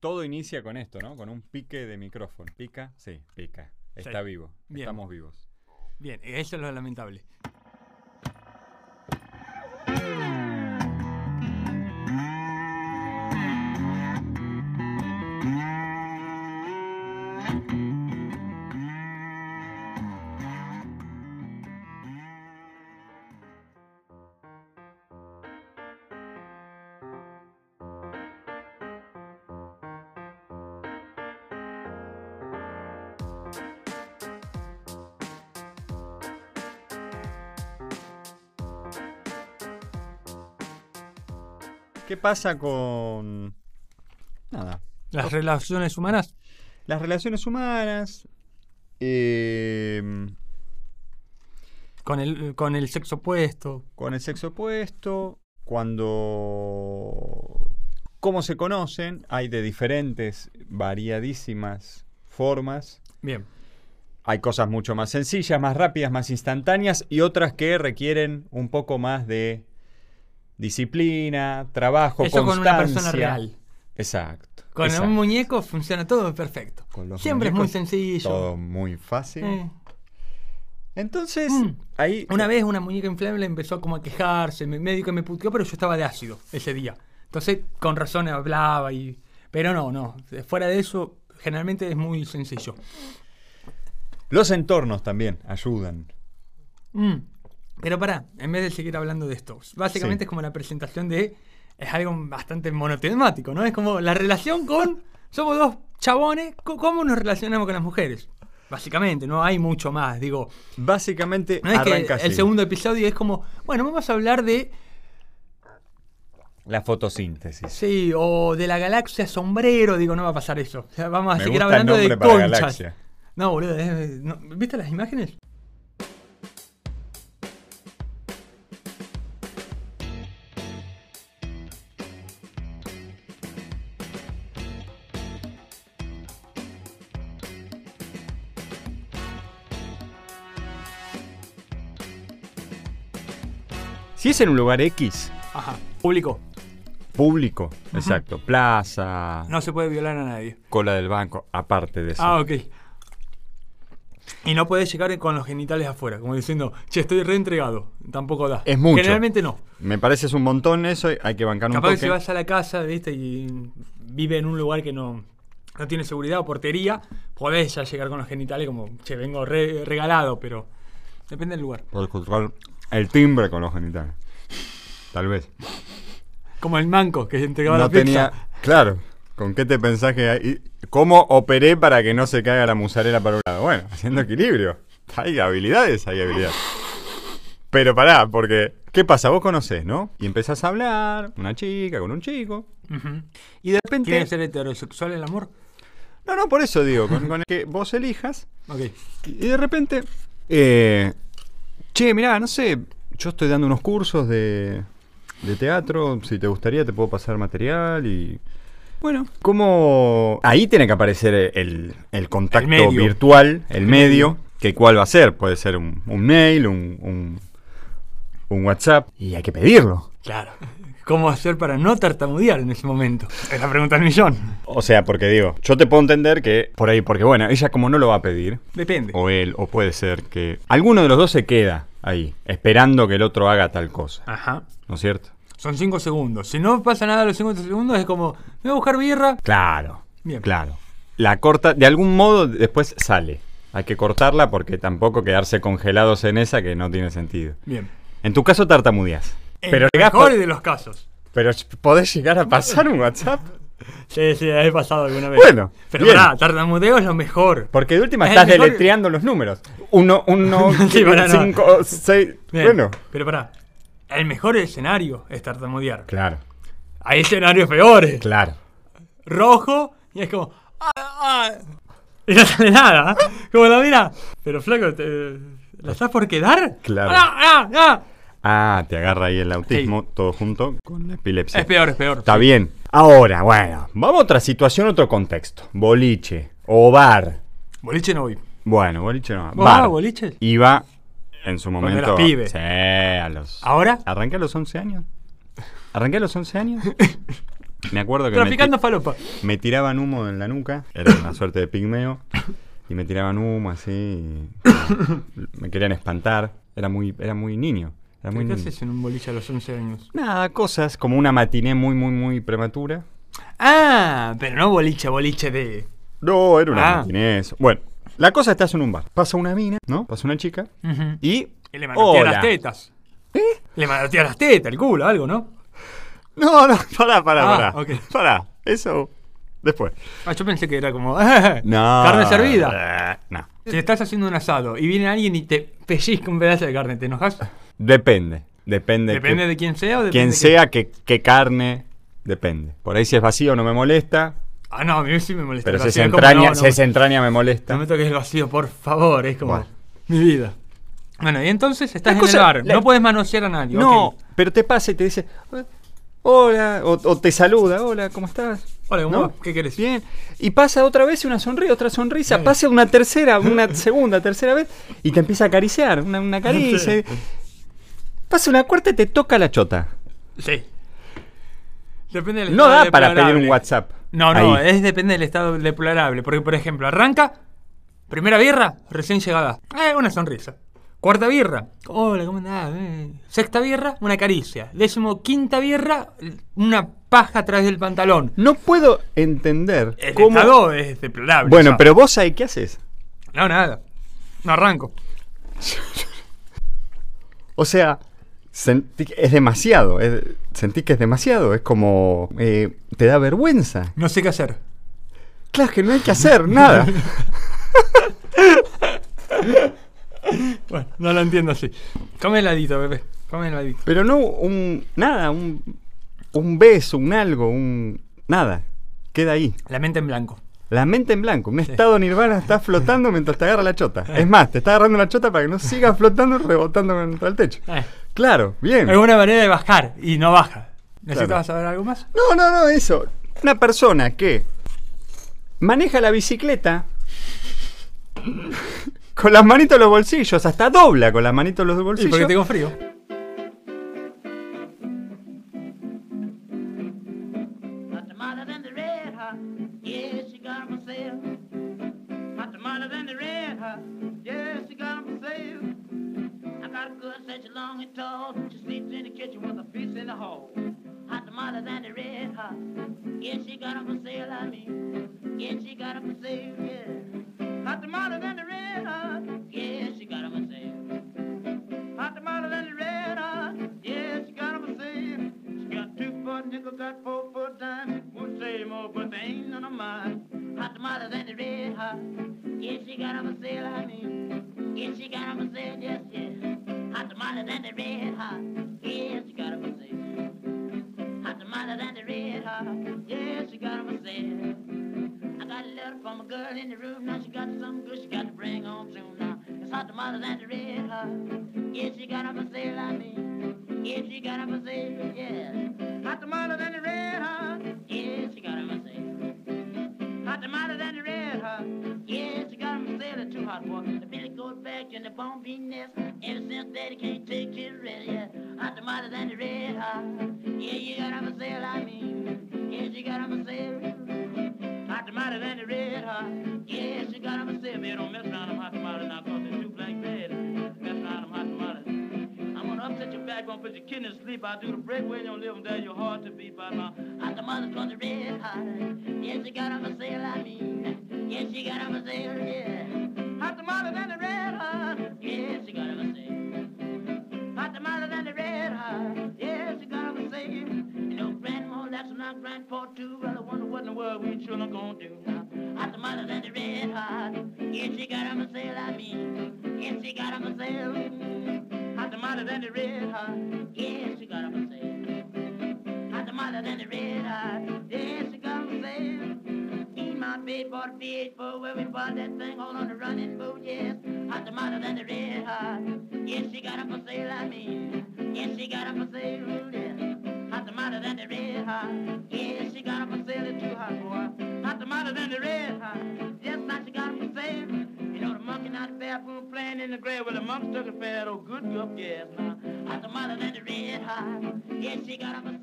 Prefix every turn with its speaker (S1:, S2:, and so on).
S1: Todo inicia con esto, ¿no? Con un pique de micrófono. ¿Pica? Sí, pica. Está
S2: Sí.
S1: vivo.
S2: Bien.
S1: Estamos vivos.
S2: Bien, eso es lo lamentable.
S1: ¿Qué pasa con. Nada.
S2: Las relaciones humanas,
S1: Las relaciones humanas. eh,
S2: con el, con el sexo opuesto,
S1: con el sexo opuesto, cuando cómo se conocen, hay de diferentes, variadísimas formas.
S2: bien.
S1: Hay cosas mucho más sencillas, más rápidas, más instantáneas y otras que requieren un poco más de disciplina, trabajo,
S2: Eso con
S1: constancia.
S2: una persona real.
S1: Exacto.
S2: Con
S1: exacto.
S2: un muñeco funciona todo perfecto.
S1: Con los
S2: Siempre
S1: muñecos,
S2: es muy sencillo.
S1: Todo muy fácil.
S2: Eh.
S1: Entonces,
S2: Mm.
S1: ahí
S2: Una vez una muñeca inflable empezó como a quejarse, me medio que me puteó, pero yo estaba de ácido ese día. Entonces, con razón hablaba y. Pero no, no. Fuera de eso, generalmente es muy sencillo.
S1: los entornos también ayudan.
S2: Mm. Pero pará, en vez de seguir hablando de esto, básicamente
S1: Sí.
S2: es como la presentación de. Es algo bastante monotemático, ¿no? Es como la relación con. Somos dos chabones, co- ¿cómo nos relacionamos con las mujeres? Básicamente, no hay mucho más. Digo,
S1: Básicamente
S2: no es que
S1: arranca
S2: el
S1: así,
S2: segundo episodio es como, bueno, vamos a hablar de
S1: la fotosíntesis.
S2: Sí, o de la galaxia sombrero, digo, no va a pasar eso. O sea, vamos a
S1: Me
S2: seguir
S1: gusta el
S2: hablando de
S1: nombre para
S2: conchas.
S1: galaxia.
S2: No, boludo, es- no- ¿viste las imágenes?
S1: Si es en un lugar X,
S2: Ajá, público.
S1: público, exacto, plaza,
S2: No se puede violar a nadie.
S1: cola del banco, aparte de eso.
S2: Ah, ok. Y no puedes llegar con los genitales afuera, como diciendo, che, estoy reentregado. Tampoco da.
S1: Es mucho.
S2: Generalmente no.
S1: Me parece es un montón eso, hay que bancar un
S2: Capaz que
S1: toque.
S2: si vas a la casa, viste, y vive en un lugar que no, no tiene seguridad o portería, podés ya llegar con los genitales como, che, vengo re- regalado, pero depende del lugar.
S1: Por cultural, el timbre con los genitales. Tal vez.
S2: Como el manco que entregaba
S1: No
S2: la pizza.
S1: tenía, claro, ¿con qué te pensás que hay? ¿Cómo operé para que no se caiga la musarela para un lado? Bueno, haciendo equilibrio. Hay habilidades, hay habilidades. Pero pará, porque ¿qué pasa? Vos conocés, ¿no? Y empezás a hablar, una chica con un chico,
S2: Ujú.
S1: y de repente
S2: ¿Tiene que ser heterosexual el amor?
S1: No, no, por eso digo, con, con el que vos elijas.
S2: Ok.
S1: Y de repente, eh, che, mirá, no sé, yo estoy dando unos cursos de, de teatro, si te gustaría te puedo pasar material y... Bueno, ¿cómo...? Ahí tiene que aparecer el, el contacto
S2: El medio.
S1: virtual, el medio, que cuál va a ser, puede ser un, un mail, un, un, un WhatsApp, y hay que pedirlo.
S2: Claro. ¿Cómo hacer para no tartamudear en ese momento? Es la pregunta del millón.
S1: O sea, porque digo, yo te puedo entender que por ahí, porque bueno, ella como no lo va a pedir,
S2: Depende.
S1: O él, o puede ser que alguno de los dos se queda ahí, esperando que el otro haga tal cosa,
S2: Ajá.
S1: ¿no es cierto?
S2: Son 5 segundos. Si no pasa nada a los 5 segundos, es como, me voy a buscar birra.
S1: Claro,
S2: Bien.
S1: claro. La corta, de algún modo después sale. Hay que cortarla porque tampoco quedarse congelados en esa que no tiene sentido.
S2: Bien.
S1: En tu caso tartamudeas.
S2: En
S1: Pero,
S2: el
S1: llegás
S2: mejor
S1: po-
S2: de los casos.
S1: pero podés llegar a pasar un WhatsApp.
S2: Sí, sí, he pasado alguna vez.
S1: Bueno,
S2: Pero
S1: bien.
S2: pará, tartamudeo es lo mejor.
S1: Porque de última
S2: Es
S1: estás
S2: el mejor-
S1: deletreando los números. Uno, uno,
S2: Sí, para nada.
S1: cinco, seis.
S2: Bien.
S1: Bueno.
S2: Pero pará. El mejor escenario es tartamudear.
S1: Claro,
S2: Hay escenarios peores.
S1: claro.
S2: rojo y es como. "Ah, ah", Y no sale nada. ¿eh? Como la mira. Pero flaco, te- ¿la estás por quedar?
S1: Claro.
S2: Ah, ah, ah".
S1: Ah, te agarra ahí el autismo
S2: Sí.
S1: todo junto con la epilepsia.
S2: Es peor, es peor.
S1: Está bien. Ahora, bueno, vamos a otra situación, otro contexto. Boliche o bar.
S2: Boliche no voy.
S1: Bueno, boliche no. Bar.
S2: ¿Vos vas a boliches?
S1: Iba en su
S2: Ah, Cuando
S1: momento.
S2: eras pibe.
S1: Sí, a los.
S2: ¿Ahora?
S1: Arranqué a los 11 años. Arranqué a los 11 años. Me acuerdo que me, ti-
S2: Traficando falopa.
S1: me tiraban humo en la nuca, era una suerte de pigmeo, y me tiraban humo así, y, me querían espantar, era muy, era muy niño, era muy niño.
S2: ¿Qué haces en un boliche a los 11 años?
S1: Nada, cosas como una matiné muy, muy, muy prematura.
S2: Ah, pero no boliche, boliche de.
S1: No, era una
S2: Ah.
S1: matiné eso. Bueno, la cosa está en un bar. Pasa una mina, ¿no? Pasa una chica
S2: Ujú.
S1: y...
S2: Y le manotea
S1: "Hola".
S2: las tetas. ¿Eh? Le manotea las tetas, el culo, algo, ¿no?
S1: No, no, pará, pará,
S2: Ah,
S1: pará.
S2: ok.
S1: Pará, eso después.
S2: Ah, yo pensé que era como.
S1: No.
S2: Carne servida.
S1: eh, No.
S2: Si estás haciendo un asado y viene alguien y te pellizca un pedazo de carne, ¿te enojas?
S1: Depende, depende.
S2: Depende
S1: que-
S2: de quién sea o depende
S1: Quien
S2: de
S1: sea, que, qué carne, depende. Por ahí si es vacío no me molesta,
S2: Ah, no, a mí sí me molesta.
S1: pero
S2: el
S1: si es,
S2: vacío, como,
S1: entraña,
S2: no,
S1: si
S2: no,
S1: es entraña me molesta.
S2: No me toques el vacío, por favor, es como
S1: Bueno.
S2: mi vida. Bueno, y entonces estás
S1: La
S2: en
S1: cosa-
S2: el bar,
S1: la-
S2: no puedes manosear a nadie.
S1: no,
S2: ok.
S1: pero te pasa y te dice, hola, o, o te saluda, hola, ¿cómo estás?
S2: Hola, ¿cómo
S1: ¿No?
S2: va? ¿Qué querés?
S1: Bien. Y pasa otra vez una sonrisa, otra sonrisa,
S2: Sí.
S1: pasa una tercera, una segunda, tercera vez, y te empieza a acariciar, una, una caricia.
S2: Sí.
S1: Pasa una cuarta y te toca la chota.
S2: Sí. Depende del
S1: No
S2: estado
S1: da para pedir
S2: deplorable.
S1: un WhatsApp.
S2: No, no,
S1: Ahí.
S2: es depende del estado deplorable. Porque, por ejemplo, arranca, primera birra, recién llegada. Eh, una sonrisa. Cuarta birra, hola, ¿cómo andás? Eh. Sexta birra, una caricia. Décimo quinta birra, una paja a través del pantalón.
S1: No puedo entender
S2: El
S1: cómo.
S2: estado es deplorable.
S1: Bueno,
S2: ya.
S1: pero vos ahí, ¿qué haces?
S2: No, nada. No arranco.
S1: O sea, sentí que es demasiado. es- sentí que es demasiado. Es como. eh, te da vergüenza.
S2: No sé qué hacer.
S1: Claro que no hay que hacer nada.
S2: Bueno, no lo entiendo así. Come heladito, bebé. Come heladito.
S1: Pero no un. Nada, un. Un beso, un algo, un. Nada. Queda ahí.
S2: La mente en blanco.
S1: La mente en blanco. Un estado nirvana está flotando mientras te agarra la chota. Es más, te está agarrando la chota para que no siga flotando, rebotando contra el techo.
S2: Eh,
S1: Claro, bien.
S2: alguna manera de bajar y no baja. ¿Necesitas
S1: Claro.
S2: saber algo más?
S1: No, no, no, eso. Una persona que maneja la bicicleta con las manitos en los bolsillos, hasta dobla con las manitos en los
S2: Sí,
S1: bolsillos.
S2: porque tengo frío.
S3: My tomato than the red hot, yeah, she got 'em for sale. My tomato than the red hot, yeah, she got 'em for sale. I got a good set, she long and tall. She sleeps in the kitchen with a piece in the hall. Hot tomato than the red hot, yeah, she got 'em for sale. I mean, yeah, she got 'em for sale, yeah. Hot tomato than the red hot, yeah, she got 'em for sale. Hot tomato and the red eye. Yeah, she got 'em a sale. She got two foot nickel, got four foot dime. Won't say more, but they ain't none of mine. Hot tomato and the red eye. Yeah, she got 'em a sale, I mean. Yeah, she got 'em a sale, yes, yes. Hot tomato and the red eye. Yeah, she got 'em a sale. Hot tomato and the red eye. Yeah, she got 'em a sale. I got a letter from a girl in the room. Now she got something good she got to bring home soon. Now it's hot tomatoes and the red hot. Yeah, she got up a sale, I mean. Yeah, she got up a sale, yeah. Hot tomatoes and the red hot. Yeah, she got up a sale. Hot tomatoes and the red hot. Yeah, she got up a sale at two hot boy. The billy goes back in the bone bean nest. Ever since daddy can't take it ready, yeah. Hot tomatoes and the red hot. Yeah, you got up a sale, I mean. Yeah, she got up a sale. Hot tomato and the red hot. Yeah, she got 'em a sale. They don't mess around them hot tomatoes now, cause they're too black bad. Mess around them hot tomatoes. I'm gonna upset your back, gonna put your kidneys to sleep. I'll do the breakaway, you'll live them down your heart to beat by now. Hot tomatoes on the red hot. Yeah, she got 'em a sale, I mean. Yeah, she got 'em a sale, yeah. Hot tomatoes and the red hot. Yeah, she got 'em a sale. Hot tomato and the red hot. Yes, you got to say. You know, grandma left and not grandpa too. Well, I wonder what in the world we children gonna do now. Hot tomato and the red hot. Yes, you got to say, I mean. Yes, you got to say. Hot tomato and the red hot. Yes, you got to say. Hot tomato and the red hot. Yes, you got to say. He might be bought a big boat where we bought that thing all on the running boat, yes. Hot tomato than the red hot. Yes, she got up for sale, I mean. Yes, she got up for sale, yes. Hot tomato than the red hot. Yes, she got up for sale, it's too hot, boy. Hot tomato than the red hot. Yes, now she got up for sale. You know, the monkey not the bathroom playing in the grave with the monkey took a fat old good cup, yes. Now, hot tomato than the red hot. Yes, she got up for